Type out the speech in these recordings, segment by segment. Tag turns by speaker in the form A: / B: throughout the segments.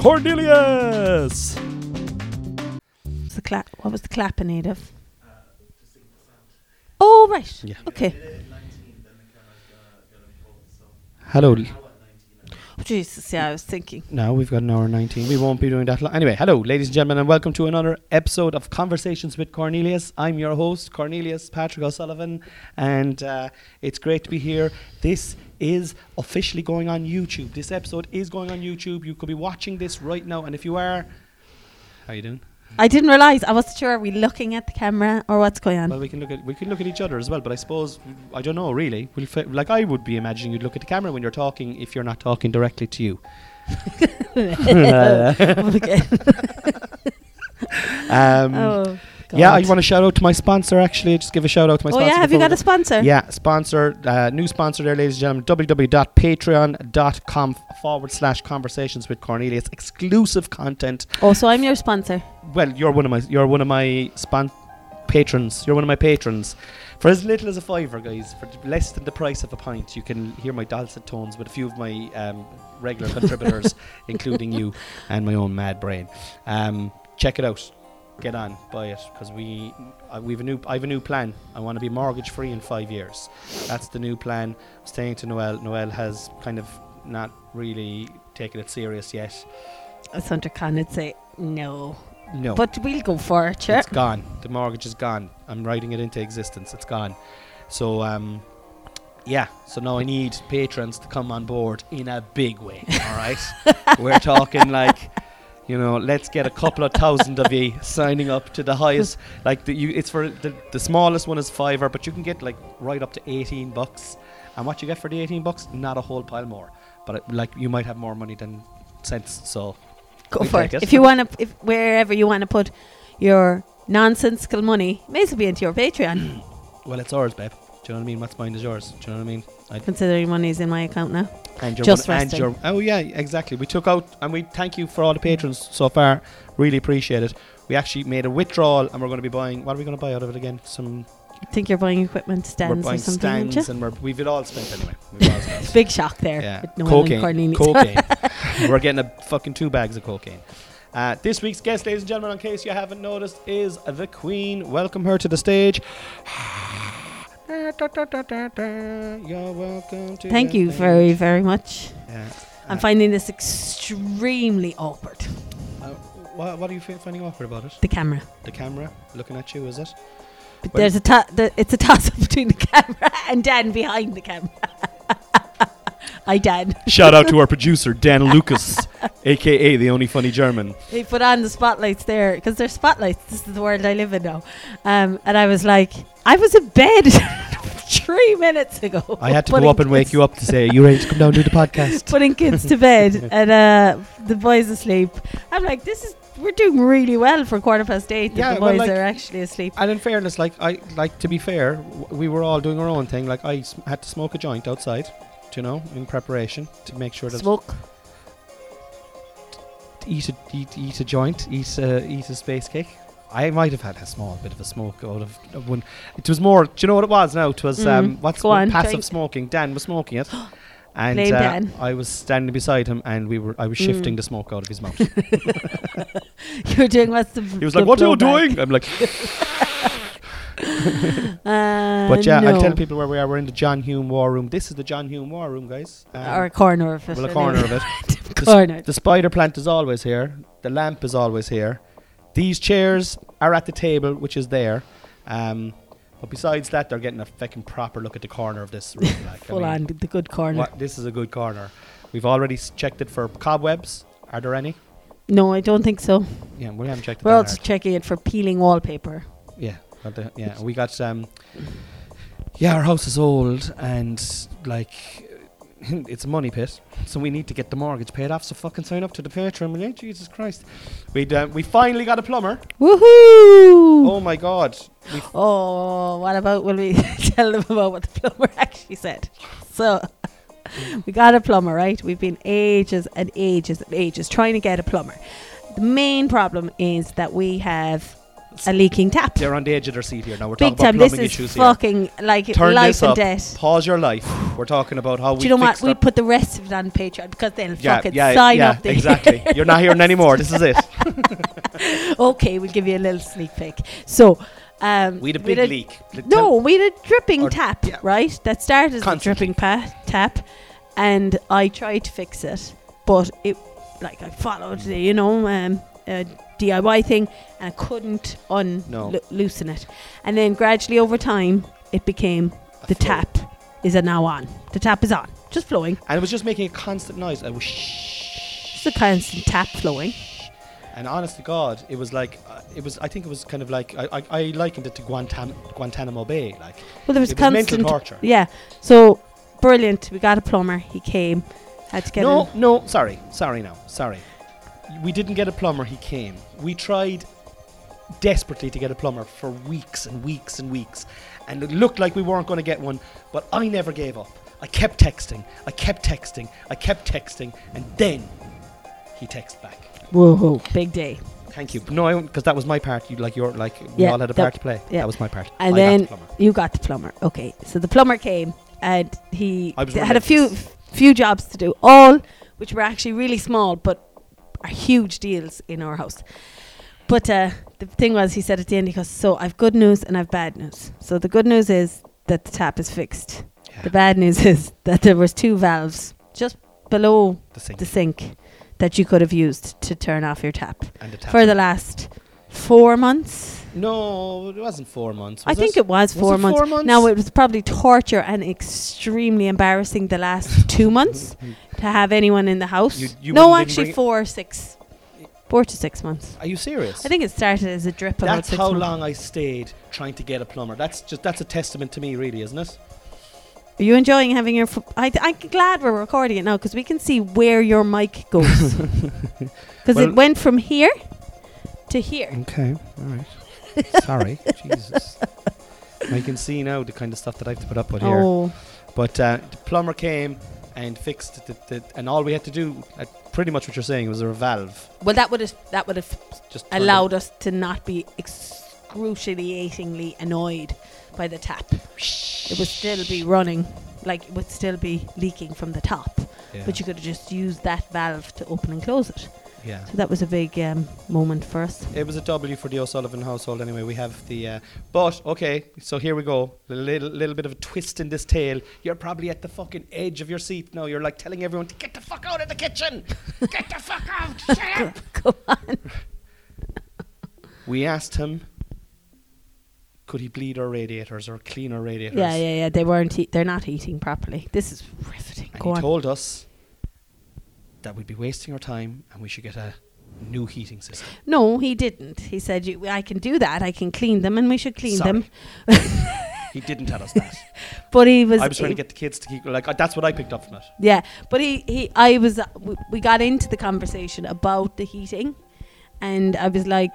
A: Cornelius.
B: was the clap? What was the clapping aid of? Oh right.
A: Yeah.
B: Okay.
A: Hello.
B: Oh, Jesus. Yeah, I was thinking.
A: Now we've got an hour and 19. We won't be doing that. Lo- anyway, hello, ladies and gentlemen, and welcome to another episode of Conversations with Cornelius. I'm your host, Cornelius Patrick O'Sullivan, and uh, it's great to be here. This is officially going on YouTube. This episode is going on YouTube. You could be watching this right now, and if you are, how you doing?
B: I didn't realize. I wasn't sure. Are we looking at the camera or what's going on?
A: Well, we can look at we can look at each other as well, but I suppose I don't know really. We'll fi- like I would be imagining you'd look at the camera when you're talking if you're not talking directly to you.
B: Oh, Okay.
A: Um,
B: oh.
A: yeah, I
B: God.
A: want to shout out to my sponsor actually. Just give a shout out to my
B: oh
A: sponsor.
B: yeah. Have you
A: before
B: got a
A: we
B: sponsor?
A: go. yeah, sponsor, uh, new sponsor there, ladies and gentlemen, www.patreon.com forward slash conversations with Cornelius. Exclusive content.
B: Oh, so I'm your sponsor.
A: Well, you're one of my you're one of my spon- patrons. You're one of my patrons. For as little as a fiver, guys, for less than the price of a pint, you can hear my dulcet tones with a few of my um, regular contributors, including you and my own mad brain. Um, check it out. Get on, buy it, because we uh, we've a new I have a new plan. I want to be mortgage free in five years. That's the new plan. Staying to Noel. Noel has kind of not really taken it serious yet.
B: As Hunter Khan would say, no.
A: No.
B: But we'll go for it. Sure.
A: It's gone. The mortgage is gone. I'm writing it into existence. It's gone. So um, yeah. So now I need patrons to come on board in a big way. All right. We're talking like. You know, let's get a couple of thousand of you signing up to the highest. Like the, you, it's for the, the smallest one is fiver, but you can get like right up to eighteen bucks. And what you get for the eighteen bucks, not a whole pile more. But it, like you might have more money than cents. So
B: go
A: we
B: for
A: take
B: it.
A: it.
B: If you want to, if wherever you want to put your nonsensical money, may as well be into your Patreon,
A: well, it's ours, babe. Do you know what I mean? What's mine is yours. Do you know what I mean? I,
B: considering money's in my account now.
A: And your
B: Just
A: one- and
B: resting.
A: your oh yeah, exactly. We took out and we thank you for all the patrons so far. Really appreciate it. We actually made a withdrawal and we're going to be buying. What are we going to buy out of it again? Some
B: I think you're buying equipment
A: we're
B: stands or
A: buying
B: something. aren't you?
A: stands and we're, we've it all spent anyway. We've all spent.
B: Big shock there.
A: yeah,
B: with Noel and
A: cocaine,
B: Cornelius.
A: cocaine. we're getting a fucking two bags of cocaine. Uh, this week's guest, ladies and gentlemen, in case you haven't noticed, is the Queen. Welcome her to the stage. You're welcome to
B: Thank
A: the
B: you
A: stage.
B: very, very much.
A: Yeah.
B: I'm
A: Uh,
B: finding this extremely awkward.
A: Uh, what, what are you fi- finding awkward about it?
B: The camera.
A: The camera looking at you, is it?
B: But
A: Well-
B: there's a ta- the, it's a toss up between the camera and Dan behind the camera. I Dan.
A: Shout out to our producer Dan Lucas, aka the only funny German.
B: They put on the spotlights there because they're spotlights. This is the world I live in now. Um, and I was like, I was in bed three minutes ago.
A: I had to go up and wake you up to say, "You ready to come down and do the podcast?"
B: Putting kids to bed and uh, the boys asleep. I'm like, this is we're doing really well for quarter past eight.
A: Yeah,
B: that the
A: well,
B: boys
A: like-
B: are actually asleep.
A: And in fairness, like I like to be fair, w- we were all doing our own thing. Like I s- had to smoke a joint outside, do you know, in preparation to make sure that
B: Smoke.
A: eat a eat, eat a joint, eat a, eat a space cake. I might have had a small bit of a smoke out of, of one. It was more. Do you know what it was? Now it was
B: Mm,
A: um, what's
B: go
A: what-
B: on,
A: passive
B: drink.
A: smoking. Dan was smoking it, and
B: Blame
A: uh,
B: Dan.
A: I was standing beside him, and we were. I was shifting
B: Mm.
A: the smoke out of his mouth.
B: You're doing what's the
A: he was
B: the
A: like, "What are you
B: blowback?"
A: doing?" I'm like,
B: Uh,
A: "But yeah, I'll tell
B: no.
A: people where we are. We're in the John Hume War Room. This is the John Hume War Room, guys. Um,
B: Or a corner of it.
A: well, a
B: anyway.
A: corner of it. The s-
B: corner.
A: The spider plant is always here. The lamp is always here. These chairs are at the table, which is there. Um, but besides that, they're getting a fucking proper look at the corner of this room. Like, I
B: Full
A: mean,
B: on, the good corner.
A: what- this is a good corner. We've already s- checked it for cobwebs. Are there any?
B: No, I don't think so.
A: Yeah, we haven't checked it.
B: We're
A: that
B: also checking it for peeling wallpaper.
A: hard. Yeah, but the- yeah. We got um. Yeah, our house is old, and like it's a money pit, so we need to get the mortgage paid off. So fucking sign up to the Patreon, will you? Jesus Christ, we uh, we finally got a plumber.
B: Woohoo!
A: Oh my God, we
B: Oh. what about when we tell them about what the plumber actually said? So, we got a plumber, right? We've been ages and ages and ages trying to get a plumber. The main problem is that we have a leaking tap.
A: they're on the edge of their seat here now. We're
B: Big
A: talking
B: time.
A: about
B: This
A: plumbing
B: is
A: issues here.
B: fucking like
A: Turn
B: life
A: this
B: and
A: up.
B: death.
A: Pause your life. We're talking about how we.
B: Do you know what?
A: fixed
B: We
A: our-
B: put the rest of it on Patreon because they'll
A: yeah,
B: fucking
A: yeah,
B: sign
A: yeah,
B: up. the-
A: exactly. You're not hearing anymore. This is it.
B: okay, we'll give you a little sneak peek. So, um,
A: We had a
B: we'd
A: big leak. L-
B: No, we had a dripping
A: Or-
B: tap,
A: yeah.
B: right? That started as a
A: Constantly.
B: dripping pa- tap, and I tried to fix it, but it, like, I followed the, you know, um, uh, DIY thing, and I couldn't un
A: No.
B: lo- loosen it. And then gradually over time, it became
A: tell-
B: the
A: a flow.
B: tap is a now on. The tap is on, just flowing.
A: And it was just making a constant noise. I was shh.
B: It's a constant tap flowing.
A: And honest to God, it was like uh, it was. I think it was kind of like I, I, I likened it to Guantan- Guantanamo Bay. Like
B: Well, there was,
A: it was mental
B: constant.
A: torture.
B: yeah. So brilliant. We got a plumber. He came. Had to get
A: no,
B: in.
A: no, sorry, sorry, now, sorry. We didn't get a plumber. He came. We tried desperately to get a plumber for weeks and weeks and weeks, and it looked like we weren't going to get one. But I never gave up. I kept texting. I kept texting. I kept texting, and then he texted back.
B: Whoa, big day.
A: Thank you. No, because that was my part. You like your like we
B: Yeah,
A: all had a
B: that-
A: part to play.
B: yeah.
A: That was my part.
B: And
A: I
B: then
A: got the plumber.
B: you got the plumber. Okay. So the plumber came and he
A: I was
B: had a few
A: relentless.
B: few jobs to do, all which were actually really small but are huge deals in our house. But uh, the thing was, he said at the end, he goes, "So I've good news and I've bad news. So the good news is that the tap is fixed.
A: Yeah.
B: The bad news is that there was two valves just below
A: the sink
B: the sink that you could have used to turn off your tap
A: and the tap.
B: for the last four months.
A: no, it wasn't four months.
B: I
A: was
B: think
A: it
B: it was,
A: Was
B: four,
A: it
B: months.
A: four months?
B: Now it was probably torture and extremely embarrassing the last two months
A: Hmm.
B: to have anyone in the house.
A: You- you
B: no,
A: wouldn't even bring
B: actually
A: it-
B: four, six, four to six months.
A: Are you serious?
B: I think it started as a drip. about
A: That's
B: six
A: how
B: months.
A: long I stayed trying to get a plumber. That's just that's a testament to me, really, isn't it?
B: Are you enjoying having your? F- I, I'm glad we're recording it now because we can see where your mic goes. Because
A: Well-
B: it went from here to here.
A: Okay, all right. Sorry, Jesus. I can see now the kind of stuff that I have to put up with here.
B: Oh,
A: But uh, the plumber came and fixed the, the and all we had to do, uh, pretty much what you're saying, was a valve.
B: well, that would have that would have
A: Just turned
B: allowed us to not be excruciatingly annoyed by the tap. It would still be running, like it would still be leaking from the top,
A: it- Yeah.
B: but you could have just used that valve to open and close it.
A: yeah.
B: So that was a big um, moment for us.
A: It was a W for the O'Sullivan household. Anyway, we have the. Uh, but okay, so here we go. A little, little bit of a twist in this tale. You're probably at the fucking edge of your seat now. You're like telling everyone to get the fuck out of the kitchen. get the fuck out. Shut up.
B: Come on.
A: We asked him, could he bleed our radiators or clean our radiators?
B: Yeah, yeah, yeah. They weren't. E- they're not eating properly. This is riveting.
A: And
B: Go
A: he
B: on.
A: told us that we'd be wasting our time and we should get a new heating system.
B: no, he didn't. He said, you, "I can do that. I can clean them, and we should clean
A: Sorry.
B: them."
A: He didn't tell us that.
B: But he was.
A: I was trying to
B: he-
A: get the kids to keep like uh, that's what I picked up from it.
B: Yeah, but he, he I was w- we got into the conversation about the heating, and I was like,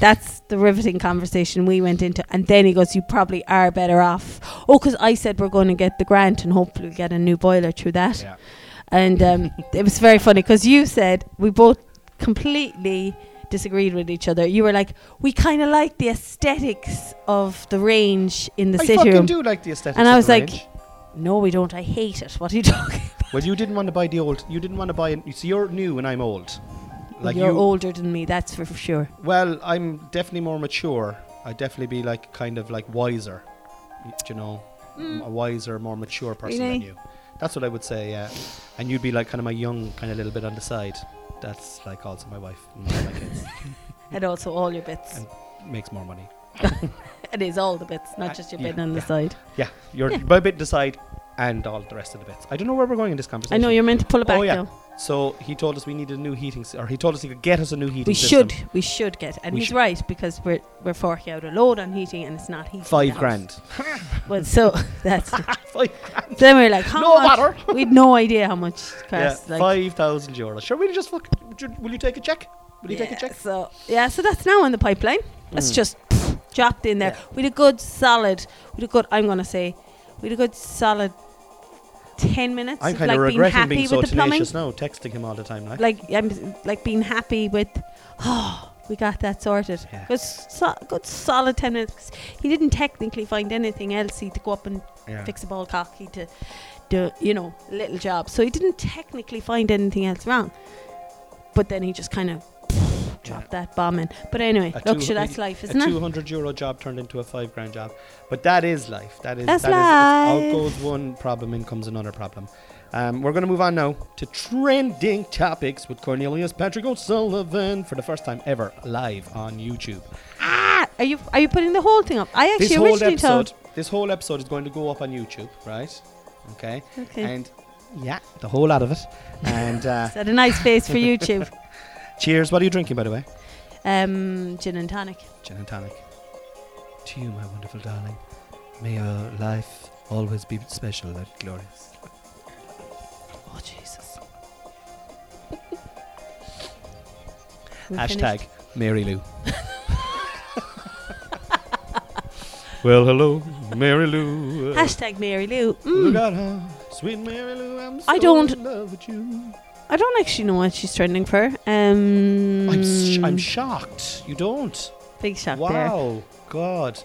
B: "That's the riveting conversation we went into." And then he goes, "You probably are better off." Oh, because I said we're going to get the grant and hopefully get a new boiler through that,
A: Yeah.
B: and um, it was very funny because you said we both completely disagreed with each other. You were like, "We kind of like the aesthetics of the range in the
A: I
B: sitting
A: fucking
B: room."
A: do like the aesthetics.
B: And I
A: of
B: was
A: the
B: like,
A: range.
B: No, we don't. I hate it. What are you talking?
A: Well, you didn't want to buy the old. You didn't want to buy. You see, you're new and I'm old. Like
B: You're
A: you-
B: older than me. That's for, for sure.
A: Well, I'm definitely more mature. I'd definitely be like kind of like wiser. y- do You know, m- a wiser, more mature person than
B: Mm. Really?
A: you. That's what I would say. Yeah, and you'd be like kind of my young, kind of little bit on the side. That's like also my wife, and one of my kids,
B: And also all your bits.
A: And- makes more money.
B: it is all the bits, not
A: Uh,
B: just your
A: yeah,
B: bit on the
A: yeah.
B: side.
A: Yeah, you're
B: Yeah.
A: my bit on the side, and all the rest of the bits. I don't know where we're going in this
B: I
A: conversation.
B: know you're meant to pull it
A: Oh,
B: back
A: yeah.
B: now.
A: So he told us we needed a new heating, s- or he told us he could get us a new heating.
B: We
A: system.
B: should, we should get, and
A: We
B: he's
A: should.
B: right because we're we're forking out a load on heating, and it's not heating.
A: five
B: the house.
A: grand.
B: Well, so that's
A: five grand.
B: then we're like, how
A: no
B: much?
A: matter.
B: We'd no idea how much it
A: Yeah,
B: costs. like,
A: five thousand euros. Sure, we'll just. Fuck, would you- will you take a check? Will you take
B: Yeah,
A: a check?
B: So yeah, so that's now in the pipeline. That's
A: Mm.
B: just dropped in there with a good solid, with a good. I'm gonna say, with a good solid ten minutes.
A: I'm
B: of,
A: kind
B: like
A: of regretting
B: happy
A: being so
B: with the plumbing.
A: tenacious now, texting him all the time. Like,
B: Like I'm like being happy with. Oh, we got that sorted.
A: Yeah.
B: Good, so, good solid ten minutes. He didn't technically find anything else. He had to go up and
A: yeah.
B: fix a ball cock. He had to do you know a little job. So he didn't technically find anything else wrong. But then he just kind of dropped that bomb in. But anyway,
A: A
B: look,
A: two-
B: sure, that's life,
A: a
B: isn't it?
A: 200 euro job turned into a five grand job. But that is life. That is
B: That's
A: that is-
B: life.
A: out goes one problem, in comes another problem. Um, we're going to move on now to trending topics with Cornelius Patrick O'Sullivan for the first time ever live on YouTube.
B: Ah, are you are you putting the whole thing up? I actually
A: this whole
B: originally
A: episode,
B: thought.
A: this whole episode is going to go up on YouTube, right? Okay.
B: Okay.
A: And yeah, the whole lot of it. And uh,
B: Is that a nice face for YouTube?
A: cheers. What are you drinking, by the way?
B: Um, gin and tonic.
A: gin and tonic. To you, my wonderful darling, may your life always be special and glorious.
B: Oh Jesus.
A: Hashtag Mary Lou. well, hello, Mary Lou.
B: Hashtag Mary Lou.
A: Look
B: Mm.
A: at her, sweet Mary Lou. I'm so
B: I don't-
A: in love with you.
B: I don't actually know what she's trending for. Um,
A: I'm, sh- I'm shocked. You don't.
B: big shock there.
A: wow, God,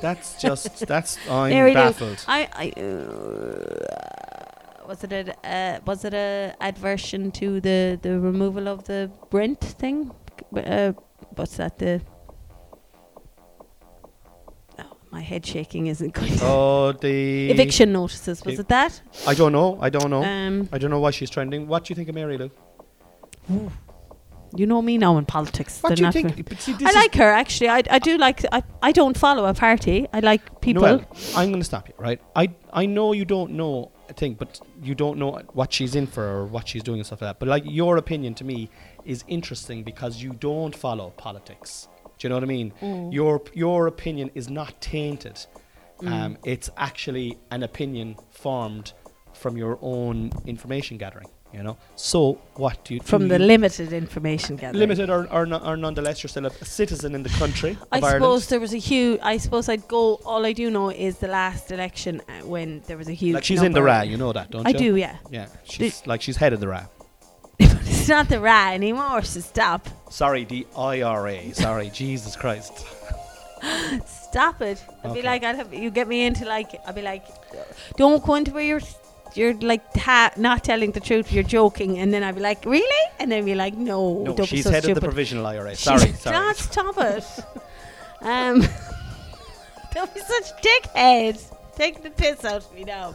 A: that's just that's I'm
B: Mary Lou.
A: baffled.
B: I, I uh, was it a uh, was it a adversion to the the removal of the rent thing? Uh, what's that? The oh, my head shaking isn't good.
A: Oh, the
B: Eviction notices was
A: the-
B: it that?
A: I don't know. I don't know.
B: Um,
A: I don't know why she's trending. What do you think of Mary Lou?
B: you know me now in politics.
A: What
B: they're
A: do you
B: not
A: think?
B: real.
A: But see,
B: I
A: this is- Ah.
B: like her actually. I, I do like. I, I don't follow a party. I like people.
A: Noel, I'm going to stop you, right? I I know you don't know a thing, but you don't know what she's in for or what she's doing and stuff like that. But like your opinion to me is interesting because you don't follow politics. Do you know what I mean?
B: Mm.
A: Your your opinion is not tainted. Um, it's actually an opinion formed from your own information gathering. You know. So what do you
B: from
A: do
B: the
A: you-
B: limited information gathering.
A: Mm. limited or or, no, or nonetheless you're still a, a citizen in the country
B: I
A: of Ireland.
B: suppose there was a huge. I suppose I'd go. All I do know is the last election uh, when there was a huge.
A: like she's in the
B: number.
A: RA, you know that, don't
B: I
A: you?
B: do, yeah.
A: Yeah, she's like she's head of the RA.
B: it's not the Ra anymore. So stop,
A: Sorry, the IRA. Sorry, Jesus Christ.
B: stop it. I'd be
A: Okay.
B: like, I'd have you get me into like. I'd be like, don't go into where you're. You're like ta- not telling the truth. You're joking, and then I'd be like, "Really?" And then be like, "No,
A: No,
B: don't
A: she's
B: be so
A: head
B: stupid."
A: of the provisional IRA. Sorry,
B: She's-
A: sorry.
B: God, stop it. um, don't be such dickheads. Take the piss out of me now.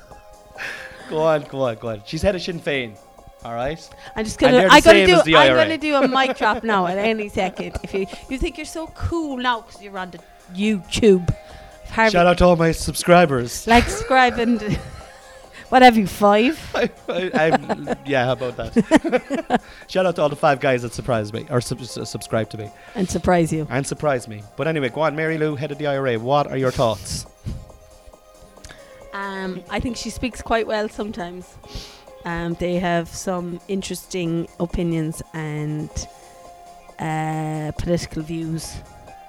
A: Go on, go on, go on. She's head of Sinn Féin. All right.
B: I'm just
A: And
B: gonna.
A: they're the
B: I gotta
A: same
B: do.
A: as the
B: I'm
A: IRA.
B: gonna do a mic drop now at any second. If you you think you're so cool now because you're on the YouTube, Harvey,
A: Shout out to all my subscribers.
B: like subscribe and whatever you five.
A: I, am yeah, how about that? Shout out to all the five guys that surprised me or sub- s- subscribed to me
B: and surprise you.
A: and surprised me. But anyway, go on, Mary Lou, head of the IRA. What are your thoughts?
B: Um, I think she speaks quite well sometimes. Um, they have some interesting opinions and uh, political views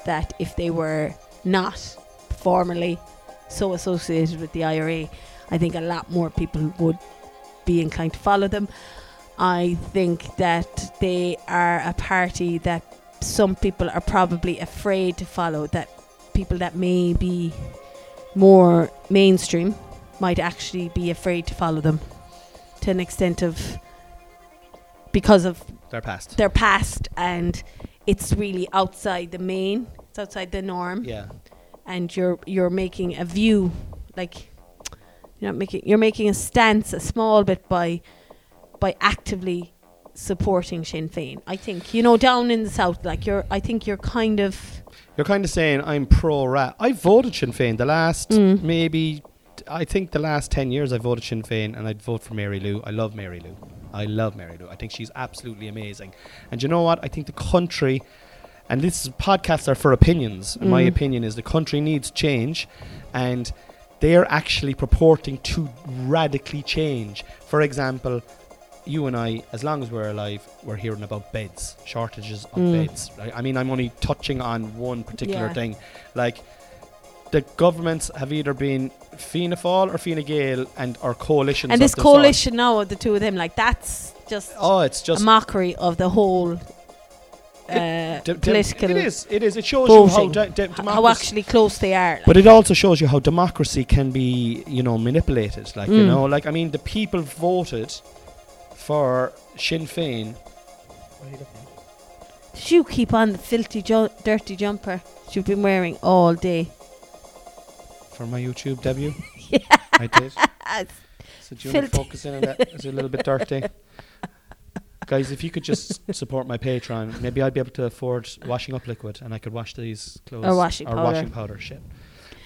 B: that, if they were not formally so associated with the IRA, I think a lot more people would be inclined to follow them. I think that they are a party that some people are probably afraid to follow, that people that may be more mainstream might actually be afraid to follow them to an extent of because of
A: They're past.
B: their past and it's really outside the main it's outside the norm
A: Yeah.
B: and you're you're making a view like you're not making you're making a stance a small bit by by actively supporting Sinn Féin I think you know down in the south like you're I think you're kind of
A: You're kind of saying I'm pro rat. I voted Sinn Féin the last
B: Mm.
A: maybe, I think the last ten years I voted Sinn Féin and I'd vote for Mary Lou. I love Mary Lou. I love Mary Lou. I think she's absolutely amazing. And you know what? I think the country, and this is- podcasts are for opinions. In my
B: Mm.
A: opinion, is the country needs change, and they are actually purporting to radically change. For example. You and I, as long as we're alive, we're hearing about beds, shortages of
B: Mm.
A: beds. right? I mean, I'm only touching on one particular
B: Yeah.
A: thing. Like, the governments have either been Fianna Fáil or Fianna Gael and or coalitions.
B: and
A: of
B: this
A: the sort.
B: coalition now of the two of them, like that's just
A: Oh, it's
B: a
A: just
B: mockery of the whole uh,
A: de- de-
B: political.
A: It is. It is. It shows
B: voting.
A: you how de- de-
B: h-
A: democracy.
B: how actually close they are. Like.
A: but it also shows you how democracy can be, you know, manipulated. Like you
B: Mm.
A: know, like I mean, the people voted for Sinn Féin.
B: Did you keep on the filthy, jo- dirty jumper that you've been wearing all day?
A: For my YouTube debut, I did.
B: Uh,
A: So do you want
B: Filthy.
A: to focus in on that? Is it a little bit dirty? Guys, if you could just support my Patreon, maybe I'd be able to afford washing up liquid, and I could wash these clothes
B: Or washing powder.
A: washing powder shit.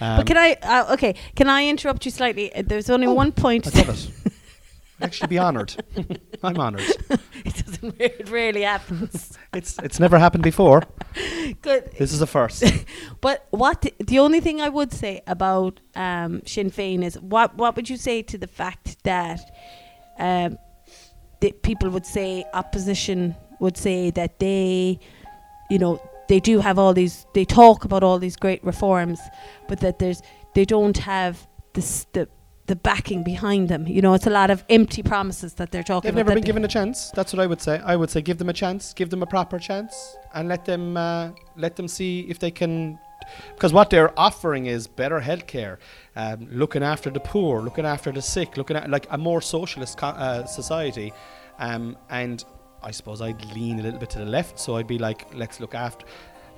A: Um,
B: but can I? Uh, okay, can I interrupt you slightly? Uh, There's only
A: Oh,
B: one point.
A: I'd love it. I'd actually be honoured. I'm honoured.
B: it doesn't. It rarely happens.
A: It's it's never happened before.
B: Good.
A: This is a first.
B: But what the, the only thing I would say about um, Sinn Fein is what what would you say to the fact that um, that people would say opposition would say that they, you know, they do have all these they talk about all these great reforms, but that there's they don't have this the the backing behind them. You know, it's a lot of empty promises that they're talking
A: They've
B: about.
A: never been
B: that
A: given a chance. That's what I would say. I would say give them a chance, give them a proper chance, and let them uh, let them see if they can. Because what they're offering is better healthcare, um, looking after the poor, looking after the sick, looking at like a more socialist co- uh, society, um, and I suppose I'd lean a little bit to the left. So I'd be like, let's look after.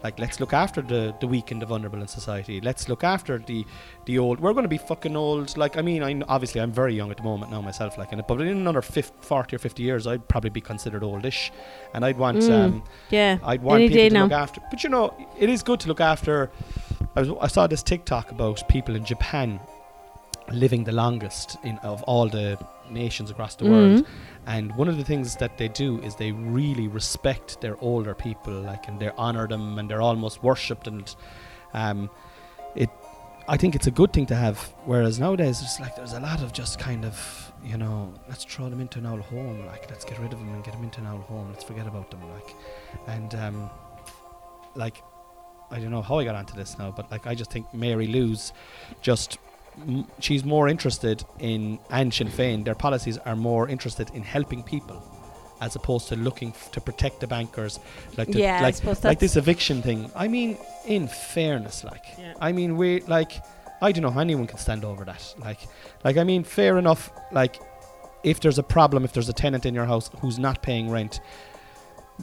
A: Like let's look after the, the weak and the vulnerable in society. Let's look after the the old. We're going to be fucking old. Like I mean, I obviously I'm very young at the moment now myself. Like, and but in another 50, 40 or fifty years, I'd probably be considered oldish, and I'd want
B: Mm.
A: um,
B: yeah,
A: I'd want
B: Any day
A: people to
B: now.
A: look after. But you know, it is good to look after. I, was, I saw this TikTok about people in Japan living the longest in of all the nations across the
B: Mm-hmm.
A: world. And one of the things that they do is they really respect their older people, like, and they honor them, and they're almost worshipped. And um, it, I think it's a good thing to have. Whereas nowadays, it's like there's a lot of just kind of, you know, let's throw them into an old home, like, let's get rid of them and get them into an old home, let's forget about them, like, and um, like, I don't know how I got onto this now, but like, I just think Mary Lou's just. m- She's more interested in, and Sinn Féin, their policies are more interested in helping people as opposed to looking f- to protect the bankers. Like, to,
B: yeah. I
A: like
B: suppose
A: like
B: that's-
A: this eviction thing. I mean, in fairness, like,
B: Yeah.
A: I mean, we like, I don't know how anyone can stand over that. Like, like I mean, fair enough. Like, if there's a problem, if there's a tenant in your house who's not paying rent,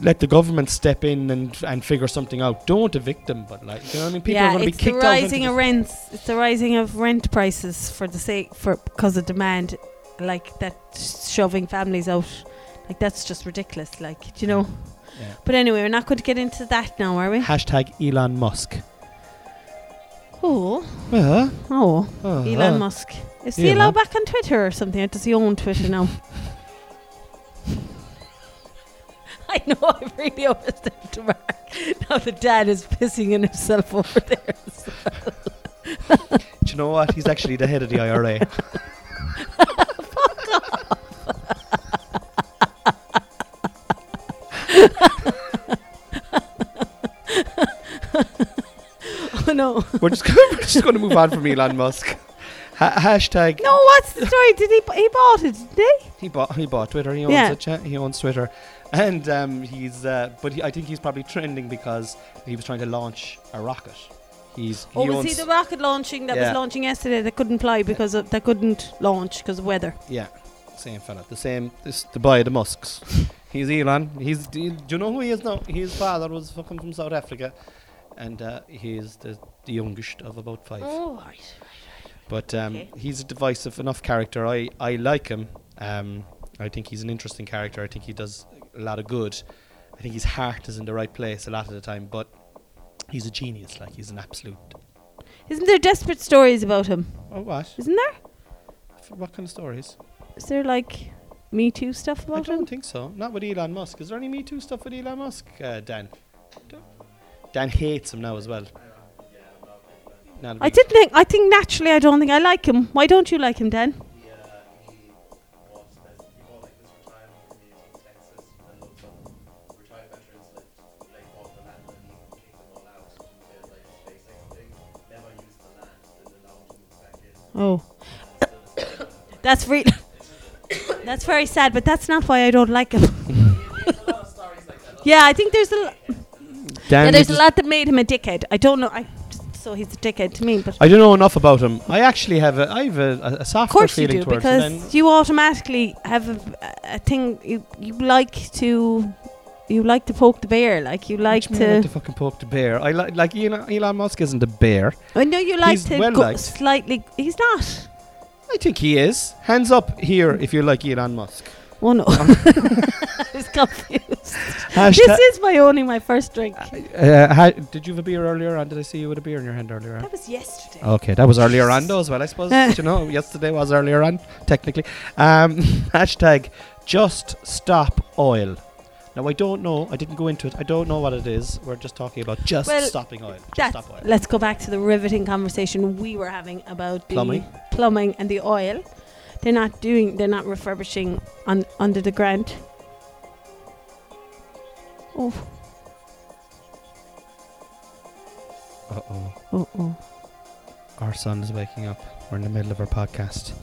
A: let the government step in and and figure something out. Don't evict them, but like, you know what I mean? People are
B: yeah,
A: going to be
B: it's the
A: kicked out.
B: rising
A: into
B: of
A: the-
B: rents. It's the rising of rent prices for the sake for because of demand, like that shoving families out, like that's just ridiculous. Like do you know.
A: Yeah.
B: But anyway, we're not going to get into that now, are we?
A: Hashtag Elon Musk.
B: Oh,
A: Uh,
B: oh,
A: uh,
B: Elon Musk. Is he
A: Elon.
B: allowed back on Twitter or something? Or does he own Twitter now? I know I really overstepped the mark. Now the dad is pissing in himself over there.
A: Do you know what? He's actually the head of the IRA.
B: Oh no.
A: We're just gonna, we're just going to move on from Elon Musk. Ha- hashtag
B: No, what's the story? Did he? bu- He bought it, didn't he?
A: He bought he bought Twitter. He owns
B: Yeah.
A: it, yeah, he owns Twitter, and um, he's uh, but he, I think he's probably trending because he was trying to launch a rocket. He's he
B: Or Oh, was
A: owns
B: he the rocket launching that
A: Yeah.
B: was launching yesterday that couldn't fly because of, that couldn't launch because of weather?
A: yeah same fella the same this the boy the Musks. He's Elon. He's do you, do you know who he is now? His father was fucking from South Africa, and uh, he's the the youngest of about five.
B: Oh, right.
A: But um,
B: Okay.
A: he's a divisive enough character. I, I like him. Um, I think he's an interesting character. I think he does a lot of good. I think his heart is in the right place a lot of the time. But he's a genius. Like he's an absolute.
B: Isn't there desperate stories about him?
A: Oh what?
B: Isn't there?
A: F- What kind of stories?
B: Is there like Me Too stuff
A: I
B: about
A: don't
B: him?
A: think so. Not with Elon Musk. Is there any Me Too stuff with Elon Musk, uh, Dan? Don't- Dan hates him now as well. Not a
B: I
A: big-
B: didn't think. I think naturally, I don't think I like him. Why don't you like him, Dan? Oh, that's re- That's very sad, but that's not why I don't like him. yeah, I think there's a l-
A: Dan
B: yeah, there's a
A: just-
B: lot that made him a dickhead. I don't know. I just, so he's a dickhead to me, but
A: I don't know enough about him. I actually have a, I have a, a- a
B: of
A: softer
B: course you
A: feeling
B: do
A: towards him.
B: because you automatically have a, a thing you, you like to you like to poke the bear, like you like
A: What do you mean I
B: to.
A: like to fucking poke the bear. I like like Elon, Elon Musk isn't a bear.
B: I know you like
A: He's
B: to
A: well
B: go
A: liked.
B: slightly. He's not.
A: I think he is. Hands up here if you like Elon Musk.
B: Oh no, I was confused.
A: Hashtag.
B: this is my only my first drink.
A: Uh, ha- did you have a beer earlier on? Did I see you with a beer in your hand earlier on?
B: That was yesterday.
A: Okay, that was earlier on though as well, I suppose.
B: Uh.
A: you know, yesterday was earlier on, technically. Um, hashtag just stop oil. Now I don't know. I didn't go into it. I don't know what it is. We're just talking about just
B: Well,
A: stopping oil. Just
B: That's,
A: stop oil.
B: let's go back to the riveting conversation we were having about the
A: Plumbing.
B: plumbing and the oil. They're not doing. They're not refurbishing on under the ground. Oh,
A: Uh oh.
B: oh, oh!
A: Our son is waking up. We're in the middle of our podcast. Is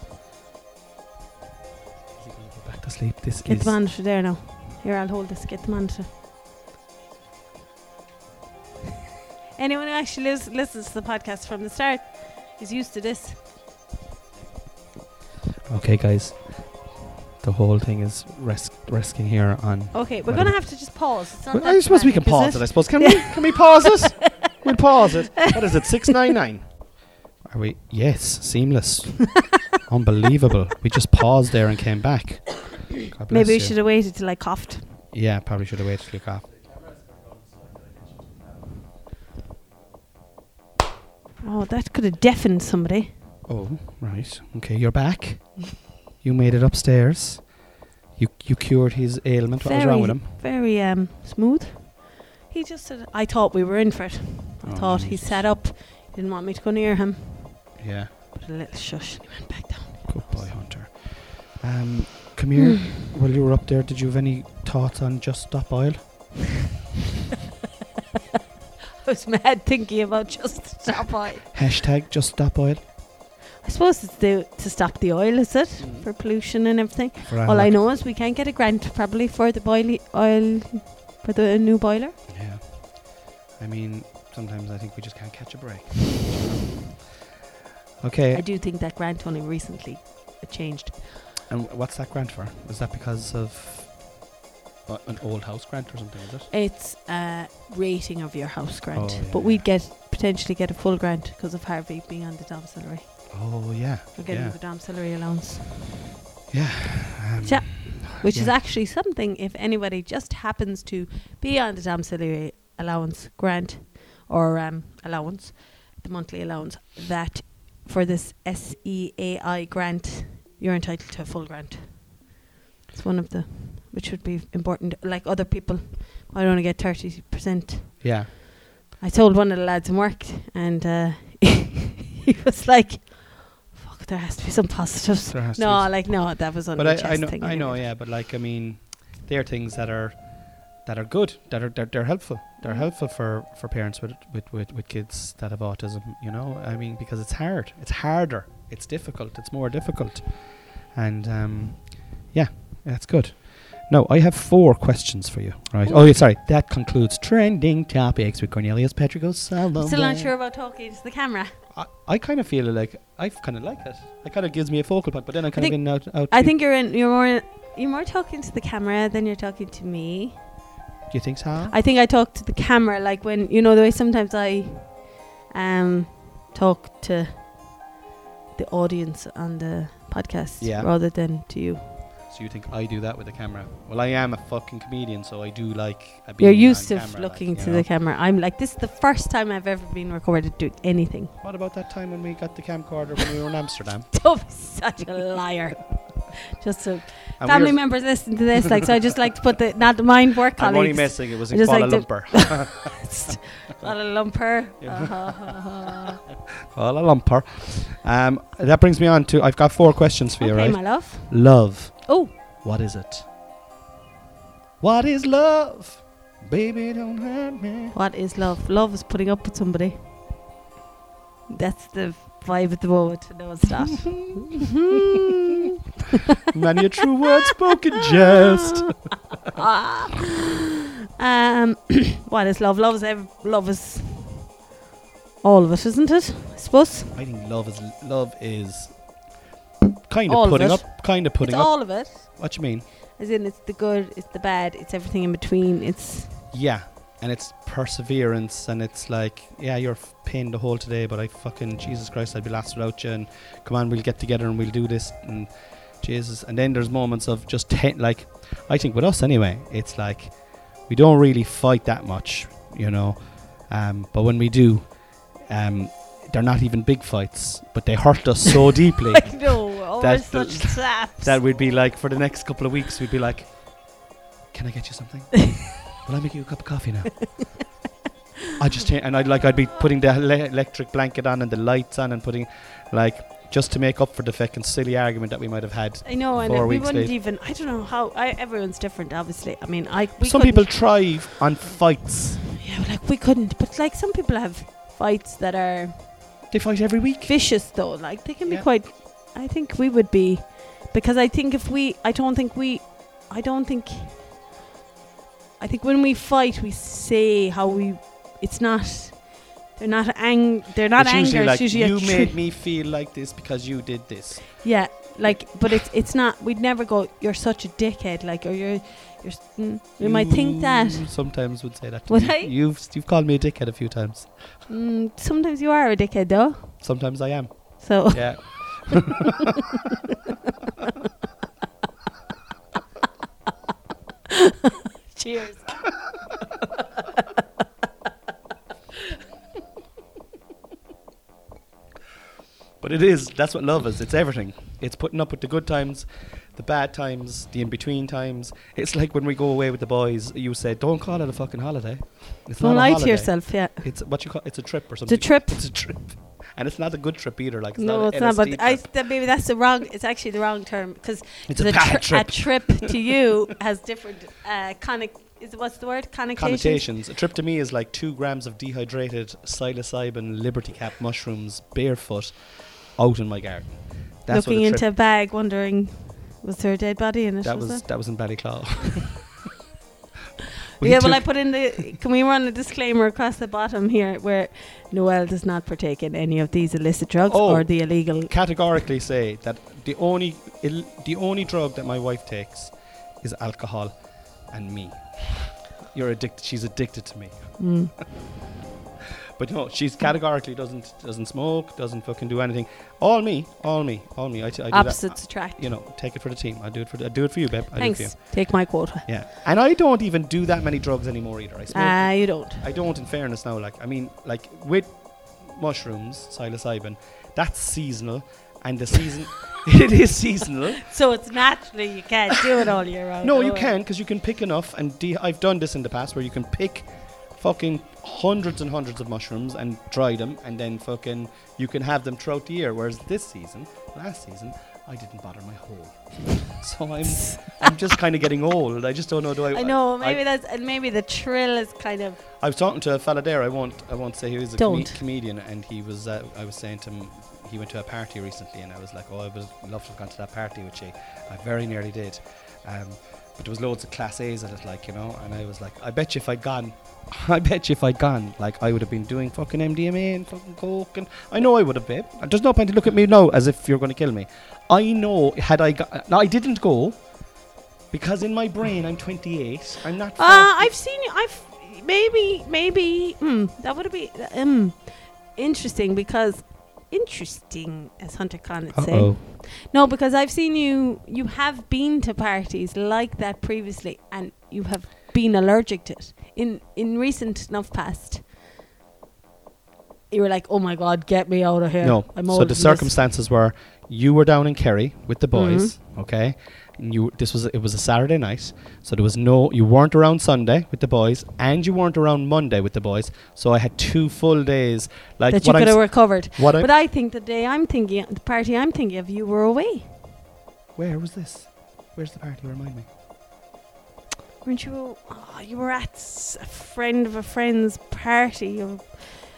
A: he going to go back to sleep? This
B: Get
A: is.
B: the monitor there now. Here, I'll hold this. Get the monitor. Anyone who actually lives, listens to the podcast from the start is used to this.
A: Okay, guys. The whole thing is res- resting here on.
B: Okay, we're
A: Whatever.
B: gonna have to just pause. It's not
A: Well,
B: that
A: I suppose we can
B: dramatic,
A: pause
B: is
A: it? I suppose can we? Can we pause it? We'll pause it. What is it? Six nine nine. Are we? Yes, seamless. Unbelievable. We just paused there and came back. God bless
B: Maybe we
A: you.
B: should have waited till I coughed.
A: Yeah, probably should have waited till you cough.
B: Oh, that could have deafened somebody.
A: Oh, right. Okay, you're back. you made it upstairs. You you cured his ailment. What was wrong with him?
B: Very um, smooth. He just said, I thought we were in for it. I
A: Oh,
B: thought he
A: Jesus.
B: sat up. He didn't want me to go near him.
A: Yeah.
B: But a little shush and he went back down.
A: Good boy, Hunter. Um, come here.
B: Hmm.
A: While you were up there, did you have any thoughts on just stop oil?
B: I was mad thinking about just stop oil.
A: Hashtag just stop oil.
B: I suppose it's the, to stop the oil, is it?
A: Mm.
B: For pollution and everything.
A: For
B: All I
A: Alec.
B: know is we can't get a grant probably for the boil- oil, for the new boiler.
A: Yeah. I mean, sometimes I think we just can't catch a break.
B: I
A: Okay.
B: do think that grant only recently changed.
A: And wh- what's that grant for? Is that because of uh, an old house grant or something? Is it?
B: It's a rating of your house grant,
A: Oh, yeah,
B: but
A: yeah.
B: we'd get potentially get a full grant because of Harvey being on the domiciliary.
A: Oh yeah.
B: We're getting
A: Yeah.
B: the domiciliary allowance,
A: Um,
B: Yeah. which is
A: Yeah.
B: actually something if anybody just happens to be on the domiciliary allowance grant or um, allowance, the monthly allowance, that for this SEAI grant, you're entitled to a full grant. It's one of the, which would be important. Like other people, I only get 30%.
A: yeah.
B: I told one of the lads in work, and uh, he was like, "Fuck, there has to be some positives."
A: There has to be
B: No,
A: some-
B: like no, that was on
A: But
B: the
A: I, I
B: chest
A: know,
B: thing.
A: I know, yeah. But like, I mean, they are things that are that are good, that are they're, they're helpful. They're
B: Mhm.
A: helpful for for parents with, with with with kids that have autism. You know, I mean, because it's hard, it's harder, it's difficult, it's more difficult, and um, yeah, that's good. No, I have four questions for you. Right? Oh, yeah, sorry. That concludes trending topics with Cornelius Patrick O'Sullivan.
B: Still not sure about talking to the camera.
A: I, I kind of feel like I kind of like it. It kind of gives me a focal point, but then I kind
B: think-
A: of in out out.
B: I
A: the-
B: think you're in. You're more. In, you're more talking to the camera than you're talking to me.
A: Do you think so?
B: I think I talk to the camera like when you know the way sometimes I, um, talk to the audience on the podcast
A: Yeah.
B: rather than to you.
A: So you think I do that with the camera? Well, I am a fucking comedian, so I do like. A
B: You're
A: being
B: used
A: on
B: to
A: camera,
B: looking
A: like, you
B: to
A: know.
B: the camera. I'm like, this is the first time I've ever been recorded doing anything.
A: What about that time when we got the camcorder when we were in Amsterdam?
B: Don't be such a liar. just to
A: And
B: family
A: we're-
B: members listen to this. Like, so I just like to put the not mind work
A: I'm only
B: colleagues.
A: messing. It was
B: I
A: in
B: just
A: Kuala
B: like to-
A: Lumpur.
B: Not a lumper.
A: Yeah.
B: Uh-huh.
A: Kuala Lumpur. Um, that brings me on to I've got four questions for
B: okay,
A: you, right?
B: my love.
A: love.
B: Oh,
A: What is it? What is love? Baby, don't hurt me.
B: what is love? Love is putting up with somebody. That's the vibe at the moment. No, it's not.
A: Mm-hmm. Many a true word spoken jest.
B: Ah. um, what is love? Love is ev- love is all of it, isn't it? I suppose
A: I think love is love is kind of
B: All of
A: putting
B: it.
A: up, kind of putting
B: it's
A: up.
B: all of it.
A: What you mean?
B: As in, it's the good, it's the bad, it's everything in between. It's
A: Yeah, and it's perseverance, and it's like, yeah, you're f- pinned the whole today, but I fucking Jesus Christ, I'd be lost without you. And come on, we'll get together and we'll do this. And Jesus, and then there's moments of just ten, like, I think with us anyway, it's like we don't really fight that much, you know, um, but when we do, um, they're not even big fights, but they hurt us so deeply
B: like no, oh, we're
A: That's the-
B: such slaps.
A: that we'd be like for the next couple of weeks we'd be like can i get you something will i make you a cup of coffee now i just cha- and i'd like i'd be putting the ele- electric blanket on and the lights on and putting like just to make up for the fucking silly argument that we might have had
B: I know, and
A: four
B: we
A: weeks
B: wouldn't
A: late.
B: even. I don't know how. I, everyone's different, obviously. I mean, I. We
A: some
B: couldn't-
A: people thrive on fights
B: Yeah, well, like we couldn't, but like some people have fights that are
A: they fight every week
B: vicious, though. Like they can be
A: Yeah.
B: quite. I think we would be, because I think if we, I don't think we, I don't think. I think when we fight, we say how we. It's not. They're not ang. They're not
A: It's
B: anger.
A: usually like
B: it's usually
A: you
B: a tr-
A: made me feel like this because you did this
B: Yeah, like, but it's it's not. We'd never go. You're such a dickhead. Like, or you're, you're. s- Mm, we might think that.
A: You sometimes would say that to
B: Would
A: me.
B: I?
A: you've you've called me a dickhead a few times
B: Mm, sometimes you are a dickhead, though.
A: sometimes i am
B: So
A: yeah
B: cheers.
A: But it is. That's what love is. It's everything. It's putting up with the good times, the bad times, the in between times. It's like when we go away with the boys. You say, "Don't call it a fucking holiday." It's not a
B: Don't lie to
A: holiday.
B: yourself. Yeah,
A: It's what you call. It's a trip or
B: it's a
A: something.
B: trip.
A: It's a trip, and it's not a good trip either. Like it's
B: no,
A: not.
B: it's
A: an
B: not. But
A: LSD
B: I
A: trip.
B: that maybe that's the wrong. It's actually the wrong term because
A: It's a bad
B: A trip to you has different uh, conic. Is what's the word? Connotation.
A: Connotations. A trip to me is like two grams of dehydrated psilocybin liberty cap mushrooms barefoot out in my garden. That's
B: Looking
A: what a trip
B: into a bag, wondering, was there a dead body in it?
A: that
B: was there?
A: was that was in Ballyclaw.
B: yeah, well, I put in the. Can we run a disclaimer across the bottom here where Noel does not partake in any of these illicit drugs
A: Oh.
B: or the illegal. mm,
A: categorically say that the only il- the only drug that my wife takes is alcohol and me. You're addicted. She's addicted to me.
B: Mm.
A: But no, she's categorically doesn't doesn't smoke, doesn't fucking do anything. All me, all me, all me. I, t- I do
B: Opposites
A: that.
B: attract.
A: You know, take it for the team. I do it for the, I do it for you, babe. I do it
B: Thanks.
A: for
B: Take my quota.
A: you. Yeah, and I don't even do that many drugs anymore either. I smoke
B: Ah, you don't.
A: I don't, in fairness, now. Like, I mean, like with mushrooms, psilocybin, that's seasonal, and the season it is seasonal.
B: So it's naturally you can't do it all year round.
A: No, you
B: Oh.
A: can because you can pick enough, and de- I've done this in the past where you can pick fucking hundreds and hundreds of mushrooms and dry them, and then fucking you can have them throughout the year. Whereas this season, last season, I didn't bother my whole. So I'm, I'm just kind of getting old. I just don't know. Do I?
B: I know. Maybe that's and maybe the trill is kind of.
A: I was talking to a fella there. I won't. I won't say he was a
B: Don't.
A: comed- comedian, and he was. Uh, I was saying to him, he went to a party recently, and I was like, "Oh, I would love to have gone to that party with you." I very nearly did, um, but there was loads of class A's at it, like you know. And I was like, "I bet you if I'd gone, I bet you if I'd gone, like I would have been doing fucking MDMA and fucking coke, and I know I would have, babe. And There's no point to look at me now as if you're going to kill me. I know. Had I got, no, I didn't go." Because in my brain, I'm 28. I'm not.
B: Uh, I've seen you. I've maybe maybe mm, that would be um interesting because interesting as Hunter Khan would say.
A: oh.
B: No, because I've seen you. You have been to parties like that previously, and you have been allergic to it in in recent enough past. You were like, "Oh my God, get me out of here!"
A: No.
B: I'm
A: so
B: older
A: the
B: than this."
A: circumstances were you were down in Kerry with the
B: Mm-hmm.
A: boys, okay? And you this was it was a Saturday night, so there was no you weren't around Sunday with the boys, and you weren't around Monday with the boys. So I had two full days. Like
B: that you
A: what I'm
B: could
A: s-
B: have recovered.
A: what I'm-
B: But I think the day I'm thinking, the party I'm thinking of, you were away.
A: Where was this? Where's the party? Remind me.
B: Weren't you? Oh, you were at s- a friend of a friend's party, your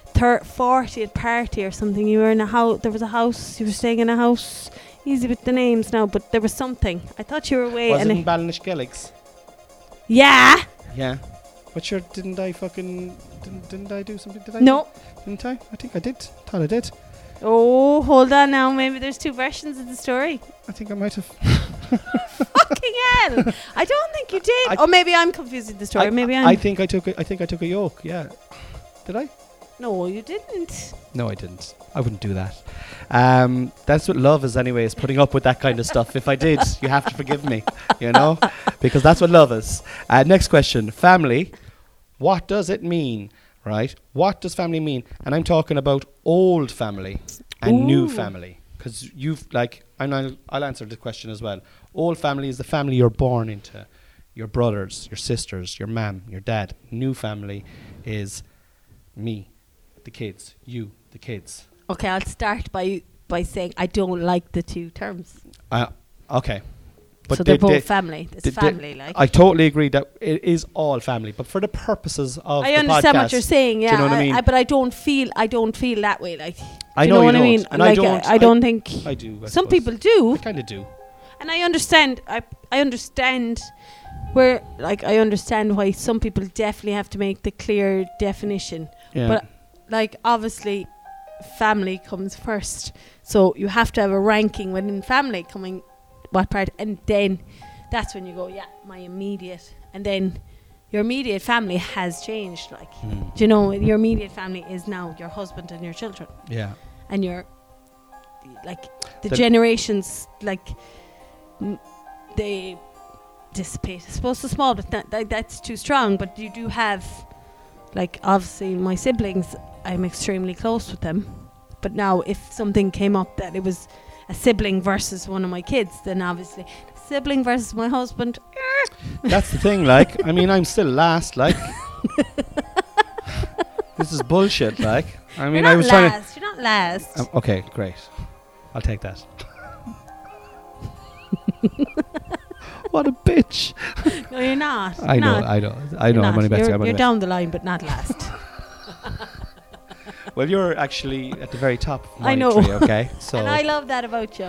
B: thir- 40th party or something. You were in a house. There was a house. You were staying in a house. Easy with the names now, but there was something. I thought you were away.
A: was
B: and
A: it
B: I-
A: in Ballinashgilligs?
B: yeah.
A: Yeah. But sure, didn't I fucking didn't, didn't I do something? Did I?
B: No.
A: Didn't I? I think I did. Thought I did.
B: Oh, hold on now. Maybe there's two versions of the story.
A: I think I might have.
B: Fucking hell! I don't think you did.
A: I-
B: or maybe I'm confusing the story.
A: I,
B: maybe I'm.
A: I think I took. A, I think I took a yoke. Yeah. Did I?
B: no, you didn't.
A: No, I didn't. I wouldn't do that. Um, that's what love is, anyway, is putting up with that kind of stuff. If I did, you have to forgive me, you know, because that's what love is. Uh, next question family. What does it mean, right? What does family mean? And I'm talking about old family and new
B: Ooh.
A: family. Because you've, like, and I'll, I'll answer the question as well. Old family is the family you're born into your brothers, your sisters, your mom, your dad. New family is me, the kids, you, the kids.
B: Okay, I'll start by by saying I don't like the two terms.
A: Uh, okay.
B: so
A: they-
B: they're both
A: they-
B: family. It's
A: they- they-
B: family, like.
A: I totally agree that it is all family, but for the purposes of
B: I
A: the
B: understand
A: podcast,
B: what you're saying.
A: do
B: Yeah,
A: you know what I mean?
B: but I don't feel I don't feel that way. Like,
A: I
B: do
A: know
B: you know
A: you
B: what I mean.
A: don't, and I
B: like,
A: don't.
B: I,
A: I-
B: don't think
A: I do. I
B: some
A: suppose.
B: people do,
A: I kind of do.
B: and I understand. I I understand where, like, I understand why some people definitely have to make the clear definition.
A: Yeah.
B: But like, obviously, family comes first, so you have to have a ranking within family coming what part, and then that's when you go, yeah, my immediate, and then your immediate family has changed, like.
A: Mm.
B: Do you know your immediate family is now your husband and your children
A: Yeah.
B: and your like the,
A: The-
B: generations like n- they dissipate. I suppose the small, but that, that, that's too strong. But you do have like obviously my siblings. I'm extremely close with them, but now if something came up that it was a sibling versus one of my kids, then obviously sibling versus my husband.
A: That's the thing. Like, I mean, I'm still last. Like, this is bullshit. Like, I mean,
B: you're not
A: I was trying to.
B: last. You're not last.
A: Um, okay, great. I'll take that. what a bitch!
B: no, you're not.
A: I
B: You're
A: know,
B: not.
A: I know, I know.
B: You're
A: I'm
B: not.
A: only
B: You're,
A: best. I'm
B: you're
A: only best.
B: down the line, but not last.
A: Well, you're actually at the very top. Of my
B: I know.
A: Tree, okay, so
B: And I love that about you.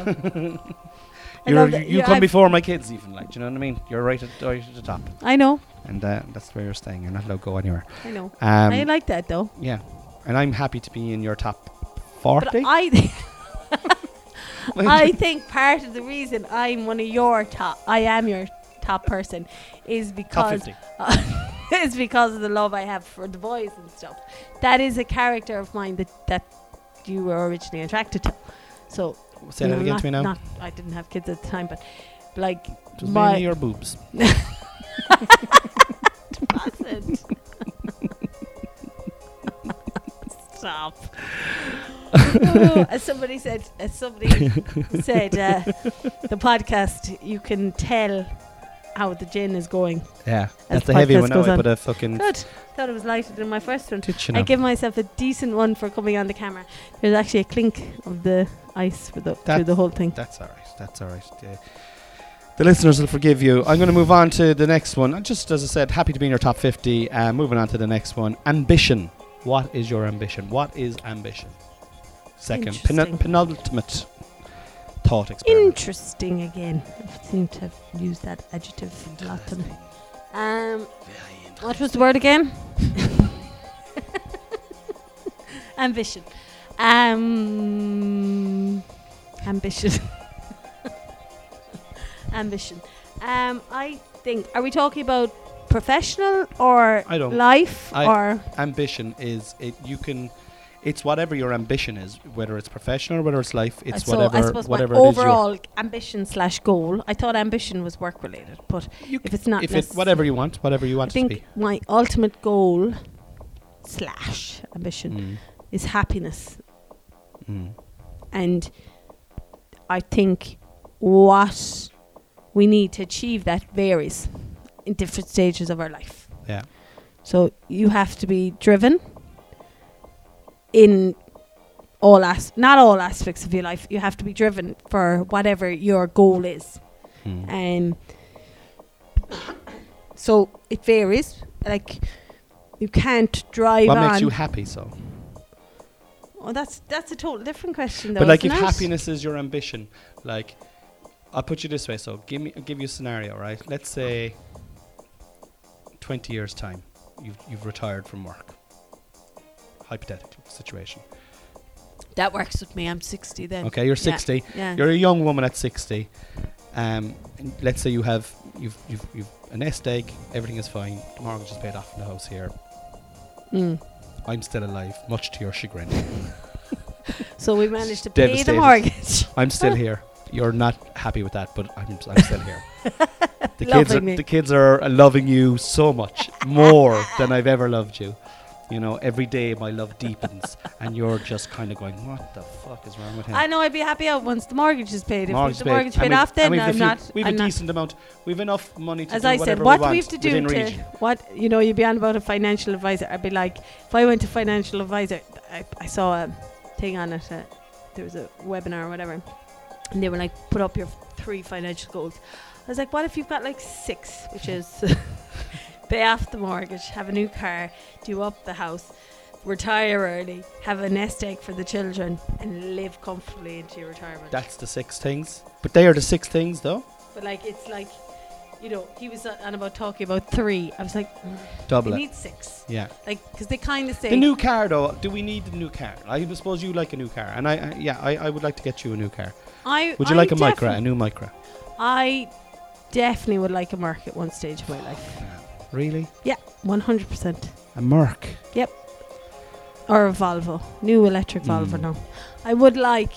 B: I
A: you're,
B: love
A: you
B: that
A: you
B: you're-
A: come
B: I've-
A: before my kids, even. Like, do you know what I mean? You're right at, right at the top,
B: I know.
A: and uh, that's where you're staying. You're not allowed to go anywhere.
B: I know.
A: Um,
B: I like that though.
A: yeah, and I'm happy to be in your top
B: But
A: forty.
B: I, I think part of the reason I'm one of your top, I am your top person, is
A: top
B: because
A: fifty.
B: is because of the love I have for the boys and stuff. That is a character of mine that that you were originally attracted to. So
A: Say
B: you
A: that
B: know,
A: again
B: not-
A: to me now.
B: Not, I didn't have kids at the time, but like
A: It was
B: my
A: mainly your boobs.
B: wasn't. Stop. Oh, as somebody said, as somebody said, uh, the podcast you can tell how the gin is going.
A: Yeah,
B: As
A: that's a heavy
B: podcast
A: one. Now
B: goes
A: I
B: on.
A: put a fucking
B: Good. Thought it was lighter than my first one.
A: Did Mm. you
B: I
A: know?
B: give myself a decent one for coming on the camera. There's actually a clink of the ice for the, through
A: That's-
B: the whole thing.
A: That's all right. That's all right. The, the listeners will forgive you. I'm going to move on to the next one. And Just as I said, happy to be in your top 50. Uh, moving on to the next one. Ambition. What is your ambition? What is ambition? Second, pen-
B: Interesting.
A: penultimate thought experiment.
B: Interesting again. I seem to have used that adjective a lot to me. Um, what was the word again? ambition. Um, ambition. ambition. Um, I think. Are we talking about professional or
A: I don't-
B: life
A: I-
B: or
A: ambition is it you can it's whatever your ambition is, whether it's professional, whether it's life, it's
B: Uh, so? I
A: whatever
B: suppose
A: whatever
B: my
A: it is your-
B: overall ambition slash goal. I thought ambition was work related, but
A: you
B: if it's not,
A: if it,
B: necess-
A: whatever you want, whatever you
B: I
A: want it to
B: think
A: be.
B: my ultimate goal slash ambition
A: Mm,
B: is happiness
A: mm.
B: and I think what we need to achieve that varies in different stages of our life.
A: Yeah.
B: So you have to be driven in all as not all aspects of your life. You have to be driven for whatever your goal is.
A: Mm.
B: Um, so it varies. Like you can't drive
A: What
B: on.
A: makes you happy? So,
B: oh, that's that's a total different question, though.
A: but like, if
B: isn't it?
A: happiness is your ambition, like, I'll put you this way. So, give me, give you a scenario, right? Let's say, twenty years time, you've you've retired from work. Hypothetical situation.
B: that works with me. I'm 60 then.
A: Okay, you're
B: Yeah,
A: 60.
B: Yeah.
A: You're a young woman at 60. Um, and let's say you have you've, you've you've a nest egg. Everything is fine. The mortgage is paid off in the house here.
B: Mm.
A: I'm still alive, much to your chagrin.
B: So we managed to pay the
A: Devastated.
B: mortgage.
A: I'm still here. You're not happy with that, but I'm, I'm still here. The kids
B: Loving
A: are,
B: me.
A: the kids are uh, loving you so much more than I've ever loved you. You know, every day my love deepens, and you're just kind of going, "What the fuck is wrong with him?"
B: I know I'd be happy out once the mortgage is paid. If
A: Mortgage
B: the
A: paid.
B: mortgage
A: And
B: paid
A: we've-
B: off, then
A: and we've a
B: I'm
A: few-
B: not.
A: We've
B: I'm
A: a
B: not
A: decent amount. We've enough money to
B: as
A: do
B: I said,
A: whatever
B: what
A: we want
B: we have to do
A: within
B: to
A: reason.
B: what you know, you'd be on about a financial advisor. I'd be like, if I went to financial advisor, I, I saw a thing on it. Uh, there was a webinar or whatever, and they were like, put up your three financial goals. I was like, what if you've got like six, which is pay off the mortgage, have a new car, do up the house, retire early, have a nest egg for the children, and live comfortably into your retirement.
A: That's the six things. But they are the six things, though.
B: but like, it's like, you know, he was on about talking about three. I was like, we
A: Double it.
B: need six.
A: Yeah.
B: Like, because they kind of say.
A: The new car, though. Do we need a new car? I suppose you like a new car, and I, I yeah, I, I would like to get you a new car.
B: I,
A: Would you
B: I
A: like a
B: defi-
A: Micra, a new Micra?
B: I definitely would like a Merc at one stage of my life.
A: Really?
B: 100%.
A: A Merc?
B: Or a Volvo. New electric Volvo
A: Mm.
B: now. I would like.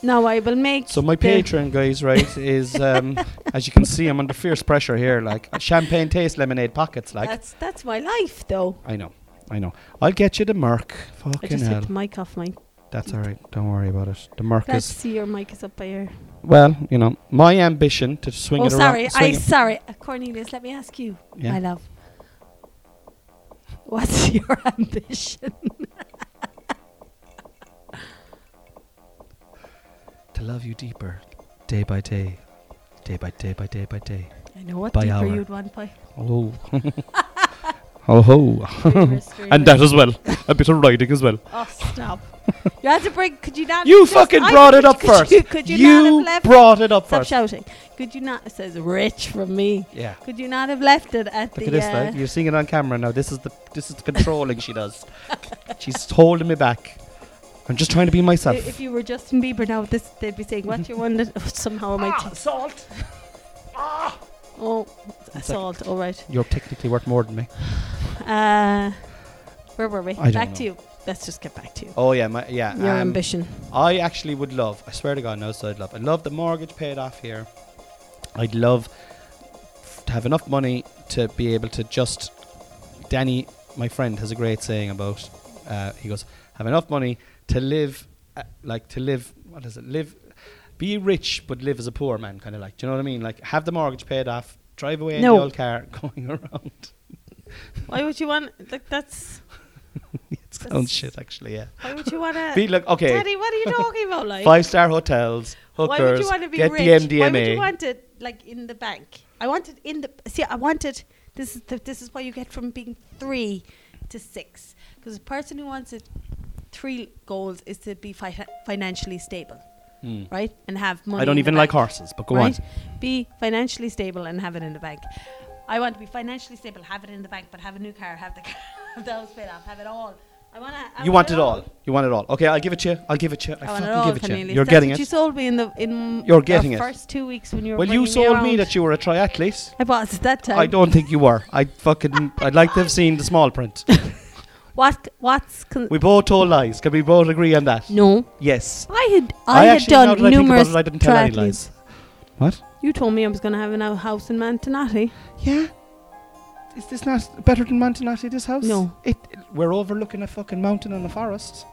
B: No, I will make.
A: So my
B: the-
A: Patreon guys, right, is um, as you can see, I'm under fierce pressure here. Like champagne taste, lemonade pockets. Like
B: That's, that's my life, though.
A: I know, I know. I'll get you the Merc.
B: I
A: Fucking
B: just
A: hell.
B: took the mic off mine.
A: That's all right. Don't worry about it. The Merc
B: Let's
A: is
B: see your mic is up by here.
A: well, you know, my ambition to swing
B: Oh,
A: it around.
B: sorry.
A: swing
B: I
A: it-
B: sorry. Uh, Cornelius, let me ask you,
A: Yeah.
B: my love. What's your ambition?
A: to love you deeper, day by day, day by day by day by day.
B: I know what
A: By
B: deeper
A: hour.
B: you'd want by.
A: Oh, oh ho! And that as well, a bit of writing as well.
B: Oh, stop. you had to bring. Could you not?
A: You
B: just-
A: fucking
B: I-
A: brought it up
B: could
A: first.
B: You, could you, not have left?
A: brought it up
B: stop
A: first.
B: shouting. Could you not? It says rich from me.
A: Yeah.
B: Could you not have left it at
A: Look
B: the?
A: at this,
B: uh,
A: like, you're seeing it on camera now. This is the this is the controlling she does. She's holding me back. I'm just trying to be
B: i-
A: myself.
B: if you were Justin Bieber now, this they'd be saying, "What's your one?" That, oh, somehow I might.
A: ah, salt. Ah.
B: oh,
A: like-
B: assault. all right.
A: You're technically worth more than me.
B: Uh, where were we?
A: I don't
B: back
A: know.
B: to you. Let's just get back to you.
A: Oh yeah, my, yeah.
B: your
A: um,
B: ambition.
A: I actually would love, I swear to God, no, so I'd love. I'd love the mortgage paid off here. I'd love to have enough money to be able to just. Danny, my friend, has a great saying about. Uh, he goes, have enough money to live, uh, like to live. What is it? Live, be rich but live as a poor man, kind of like. Do you know what I mean? Like have the mortgage paid off, drive away in
B: No.
A: the old car, going around.
B: Why would you want? Like that's.
A: it sounds shit, actually. Yeah.
B: Why would you want to?
A: Be like okay,
B: Daddy, what are you talking about? Like
A: five star hotels, hookers.
B: Why would you want to be
A: get
B: rich?
A: the MDMA.
B: Why would you want it like in the bank? I want it in the see. I want it. This is the, this is what you get from being three to six. Because the person who wants it, three goals is to be fi- financially stable,
A: Hmm.
B: right, and have money.
A: I don't
B: in the
A: even like
B: bank,
A: horses, but go
B: right?
A: on.
B: Be financially stable and have it in the bank. I want to be financially stable, have it in the bank, but have a new car, have the car, have the house paid off, have it all. I want to.
A: You want it all. You want it all. Okay, I'll give it to you. I'll give it to you. I,
B: I want it
A: fucking
B: all,
A: give it to you.
B: Cornelius.
A: You're
B: That's
A: getting
B: what You
A: it.
B: sold me in the in
A: You're getting
B: our
A: it.
B: First two weeks when you were.
A: Well, you
B: bringing
A: sold me
B: around.
A: that you were a triathlete.
B: I was that time.
A: I don't think you were. I fucking. I'd like to have seen the small print.
B: What? What's? Con-
A: We both told lies. Can we both agree on that?
B: no,
A: Yes.
B: I had. I, had
A: actually, now
B: done
A: that I think about
B: numerous
A: it, I didn't tell any
B: triathletes.
A: lies. What?
B: You told me I was going to have a house in Mantinati.
A: Yeah. Is this not better than Montanati? This house?
B: No.
A: It, it- We're overlooking a fucking mountain and a forest.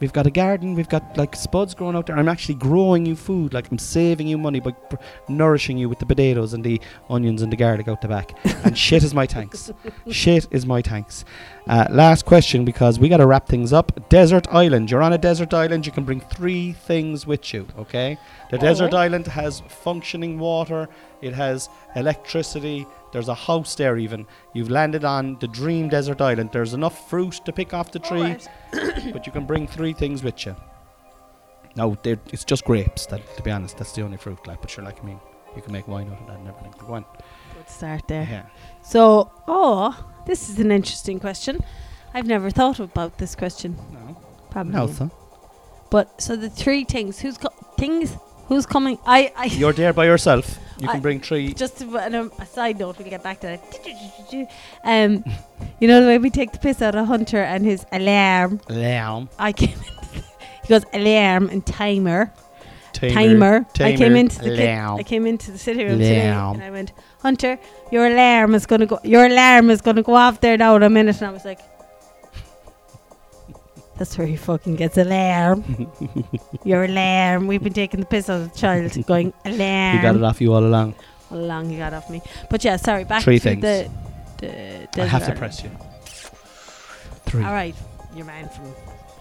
A: We've got a garden. We've got like spuds growing out there. I'm actually growing you food. Like I'm saving you money by pr- nourishing you with the potatoes and the onions and the garlic out the back. and shit is my tanks. Shit is my tanks. Uh, last question because we got to wrap things up. Desert island. You're on a desert island. You can bring three things with you. Okay. The desert
B: Oh.
A: island has functioning water. It has electricity. There's a house there even. You've landed on the dream desert island. There's enough fruit to pick off the tree
B: Alright.
A: but you can bring three things with you. No, they're- it's just grapes. That, to be honest, that's the only fruit. Like, but sure, like I mean, you can make wine out of that and everything. But go on.
B: Good start there.
A: Yeah.
B: So, oh, this is an interesting question. I've never thought about this question.
A: No.
B: Probably.
A: No, so.
B: But so the three things. Who's co- things? Who's coming? I. I
A: You're there by yourself. You can
B: I-
A: bring three.
B: just a, an- um, a side note. We'll get back to that. Um, you know the way we take the piss out of Hunter and his alarm.
A: Lamb.
B: I came. into- he goes alarm and timer.
A: Tamer.
B: timer. I came
A: tamer,
B: into the kit-
A: lamb.
B: I came into the sitting room today
A: Lamb.
B: and I went, Hunter, your alarm is gonna go your alarm is gonna go off there now in a minute and I was like That's where he fucking gets alarm. your alarm. We've been taking the piss out of the child going alarm
A: You got it off you all along.
B: All along he got off me. But yeah, sorry, back
A: Three
B: to
A: things.
B: the the
A: I
B: desert
A: have to
B: island.
A: press you. Three.
B: All right, your man from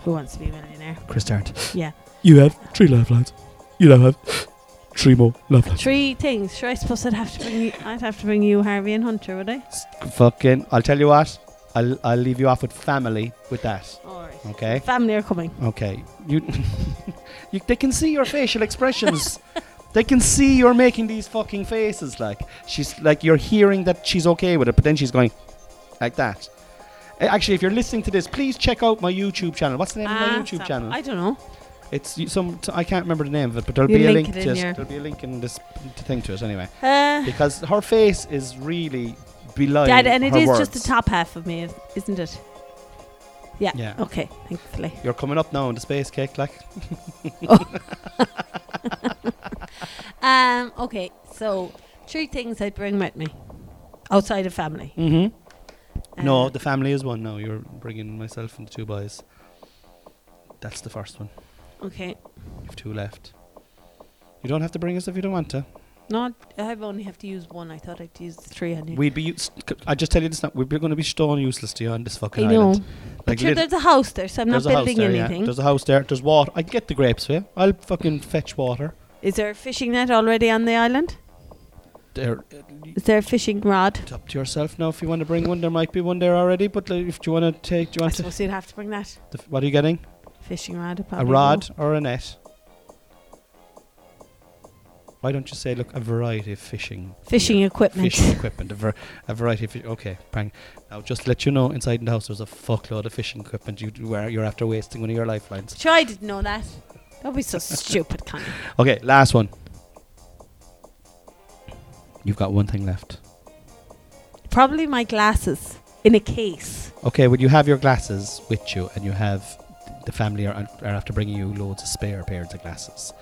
B: Who Wants to Be a Millionaire.
A: Chris Tarrant.
B: Yeah.
C: You have three lifelines. You now have three more lifelines.
B: Three things. Sure, I suppose I'd have to bring you I'd have to bring you Harvey and Hunter, would I?
A: S- Fucking. I'll tell you what. I'll, I'll leave you off with family with that.
B: All right.
A: Okay.
B: Family are coming.
A: Okay, you, you, they can see your facial expressions. they can see you're making these fucking faces. Like she's like you're hearing that she's okay with it, but then she's going like that. Uh, Actually, if you're listening to this, please check out my YouTube channel. What's the name of
B: Ah,
A: my YouTube
B: stop.
A: channel?
B: I don't know.
A: it's y- some. T- I can't remember the name of it, but there'll
B: You'll
A: be a
B: link
A: link.
B: it in
A: to it.
B: here.
A: There'll be a link in this t- thing to it anyway,
B: Uh,
A: because her face is really belying
B: Dad, and it
A: Oh, her
B: is
A: words.
B: just the top half of me, isn't it? Yeah.
A: Yeah.
B: Okay. Thankfully.
A: You're coming up now on the space cake, like
B: Um. Okay. So three things I'd bring with me, outside of family.
A: mm-hmm. No,
B: Um,
A: the family is one. No, you're bringing myself and the two boys. That's the first one.
B: okay.
A: You've two left. You don't have to bring us if you don't want to.
B: Not. I only have to use one. I thought I'd use three on you.
A: We'd be. Use- c- I just tell you this now. We're going to be stone useless to you on this fucking
B: I know.
A: island.
B: but sure,
A: lit-
B: there's a house there, so I'm not
A: there's a house
B: building
A: there, yeah.
B: anything.
A: There's a house there. There's water. I get the grapes for you. I'll fucking fetch water.
B: Is there a fishing net already on the island?
A: There.
B: Is there a fishing rod?
A: It's up to yourself now. If you want to bring one, there might be one there already. But like, if you want to take, do you
B: I
A: want to?
B: suppose you'd have to bring that
A: The, f- what are you getting?
B: fishing rod.
A: A
B: probably, no?
A: rod or a net? Why don't you say, look, a variety of fishing
B: Fishing equipment.
A: fishing equipment, a, ver- a variety of fish. Okay, bang. Now, just to let you know, inside the house there's a fuckload of fishing equipment. You where you're after wasting one of your lifelines.
B: Sure, I didn't know that. Don't be so stupid, Connie.
A: Okay, last one. You've got one thing left.
B: Probably my glasses in a case.
A: Okay, well you have your glasses with you, and you have the family are, are after bringing you loads of spare pairs of glasses.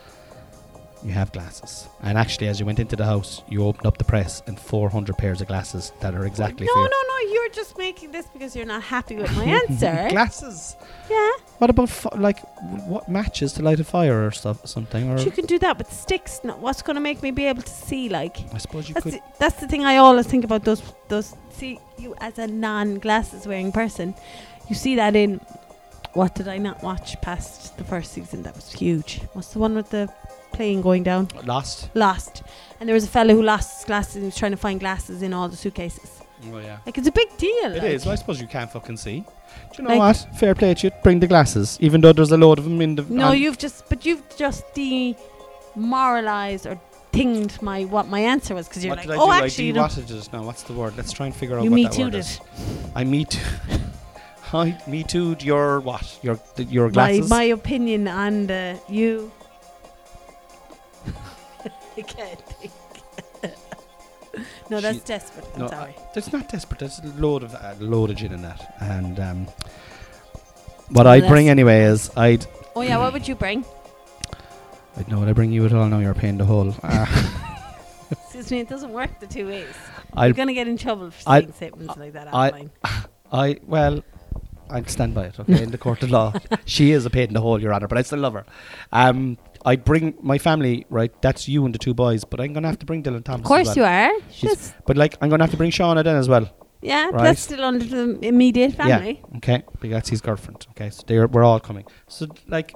A: You have glasses, and actually, as you went into the house, you opened up the press, and 400 pairs of glasses that are exactly
B: no,
A: for
B: no,
A: you.
B: no. You're just making this because you're not happy with my answer.
A: Glasses.
B: yeah,
A: What about fi- like w- what matches to light a fire or stuff something or
B: but you can do that with sticks. No, what's going to make me be able to see? Like
A: I suppose you
B: that's
A: could
B: the, that's the thing I always think about. Those those see you as a non glasses wearing person, you see that in. What did I not watch past the first season? That was huge. What's the one with the plane going down?
A: last.
B: Lost. And there was a fella who lost his glasses and he was trying to find glasses in all the suitcases.
A: Oh yeah.
B: Like it's a big deal.
A: It
B: like.
A: is. I suppose you can't fucking see. Do you know
B: Like-
A: what? Fair play to you. Bring the glasses, even though there's a load of them in the.
B: No,
A: on-
B: you've just but you've just demoralized or tinged my what my answer was because you're
A: What
B: like,
A: did I
B: oh,
A: do?
B: actually, you
A: I
B: know,
A: de-watted it now. What's the word? Let's try and figure out
B: you
A: what
B: me
A: that
B: too
A: word
B: did.
A: is. I me too. I me too. Your what? Your th- your
B: My
A: glasses.
B: my opinion on the you. I can't think. no, that's
A: Shit.
B: desperate. I'm
A: No, I-
B: sorry.
A: It's not desperate. There's a load of a load of gin in that, and um, what I'd bring
B: that's-
A: anyway is I'd
B: oh yeah, what would you bring?
A: I'd know what I bring you at all. Now you're paying the whole. Uh,
B: Excuse me, it doesn't work the two ways.
A: I'll
B: You're gonna get in trouble for
A: I'll-
B: saying statements like that
A: I-
B: online.
A: I well, I stand by it. Okay, in the court of law, she is a pain in the hole, Your Honor, but I still love her. Um, I bring my family, right? That's you and the two boys, but I'm gonna have to bring Dylan Thomas.
B: Of course
A: as
B: you
A: well.
B: are.
A: She's-
B: That's-
A: But like, I'm gonna have to bring Shauna then as well.
B: yeah,
A: right.
B: that's still under the immediate family.
A: Yeah. Okay, but that's his girlfriend. Okay, so they're we're all coming. So like,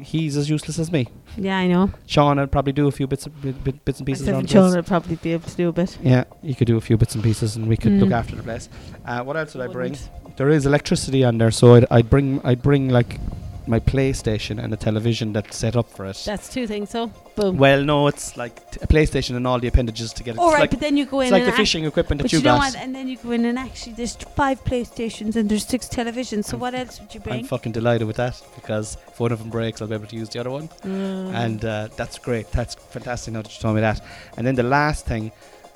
A: he's as useless as me.
B: Yeah, I know.
A: Shauna will probably do a few bits, of, bit, bit- bits and pieces
B: Except
A: around
B: for
A: the place.
B: Sean will probably be able to do a bit.
A: Yeah, you could do a few bits and pieces, and we could look
B: Mm.
A: after the place. Uh, what else did I bring?
B: Wouldn't.
A: There is electricity on there, so I'd, I'd bring I'd bring like my PlayStation and a television that's set up for it.
B: That's two things. So boom.
A: well, no, it's like t- a PlayStation and all the appendages to get it.
B: All
A: it's
B: right,
A: like,
B: but then you go in
A: it's like
B: and
A: the
B: act-
A: fishing equipment that
B: But
A: you,
B: you know
A: got.
B: what? And then you go in and actually there's t- five PlayStations and there's six televisions. So
A: I'm-
B: what else would you
A: I'm
B: bring?
A: fucking delighted with that because if one of them breaks, I'll be able to use the other one.
B: Mm.
A: and uh, that's great. That's fantastic. Now that you told me that, and then the last thing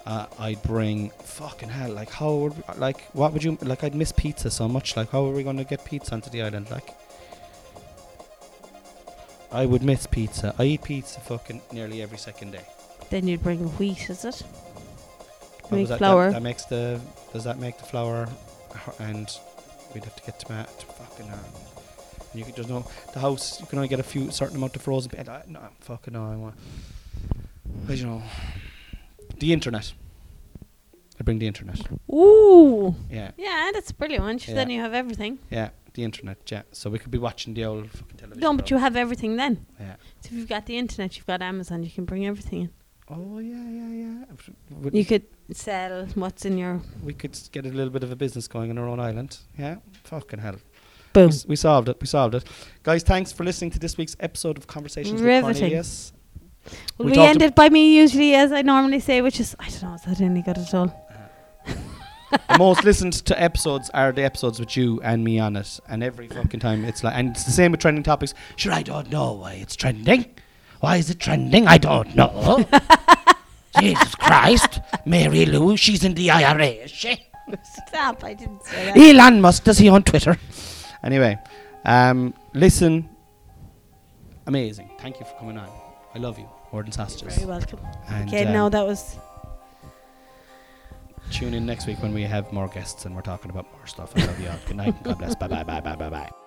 A: uh, I'd bring, fucking hell, like how, would, like what would you like? I'd miss pizza so much. Like how are we going to get pizza onto the island? Like, I would miss pizza. I eat pizza fucking nearly every second day.
B: then you'd bring wheat, is it?
A: What
B: Make
A: was that?
B: flour.
A: That, that makes the does that make the flour? h- And we'd have to get tomato. Fucking hell. And You could just know the house. You can only get a few certain amount of frozen. Bed. I, no, fucking no. I want. I don't know. The internet. I bring the internet.
B: Ooh.
A: Yeah,
B: Yeah, that's a brilliant one. 'cause
A: Yeah.
B: Then you have everything.
A: yeah. The internet. Yeah. So we could be watching the old fucking television.
B: No, but you have everything then.
A: Yeah.
B: So if you've got the internet, you've got Amazon, you can bring everything
A: Oh yeah, yeah, yeah.
B: in. You could sell what's in your
A: we could s- get a little bit of a business going on our own island. Yeah. Fucking hell. We
B: boom.
A: s- We solved it. We solved it. Guys, thanks for listening to this week's episode of Conversations with
B: Riveting.
A: Cornelius.
B: Well,
A: we
B: we
A: talked
B: end
A: ab-
B: it by me usually as I normally say, which is I don't know, is that any good at all?
A: the most listened to episodes are the episodes with you and me on it. And every fucking time it's like, and it's the same with trending topics. Sure, I don't know why it's trending. Why is it trending? I don't know. Jesus Christ. Mary Lou, she's in the IRA, is she?
B: Stop! I didn't say that.
A: Elon Musk, does he on Twitter? Anyway, um, listen. Amazing. Thank you for coming on. I love you. More than sausages.
B: Very welcome.
A: And,
B: okay,
A: um,
B: no, that was
A: Tune in next week when we have more guests and we're talking about more stuff. I love you all. Good night. and God bless. Bye bye bye bye bye bye.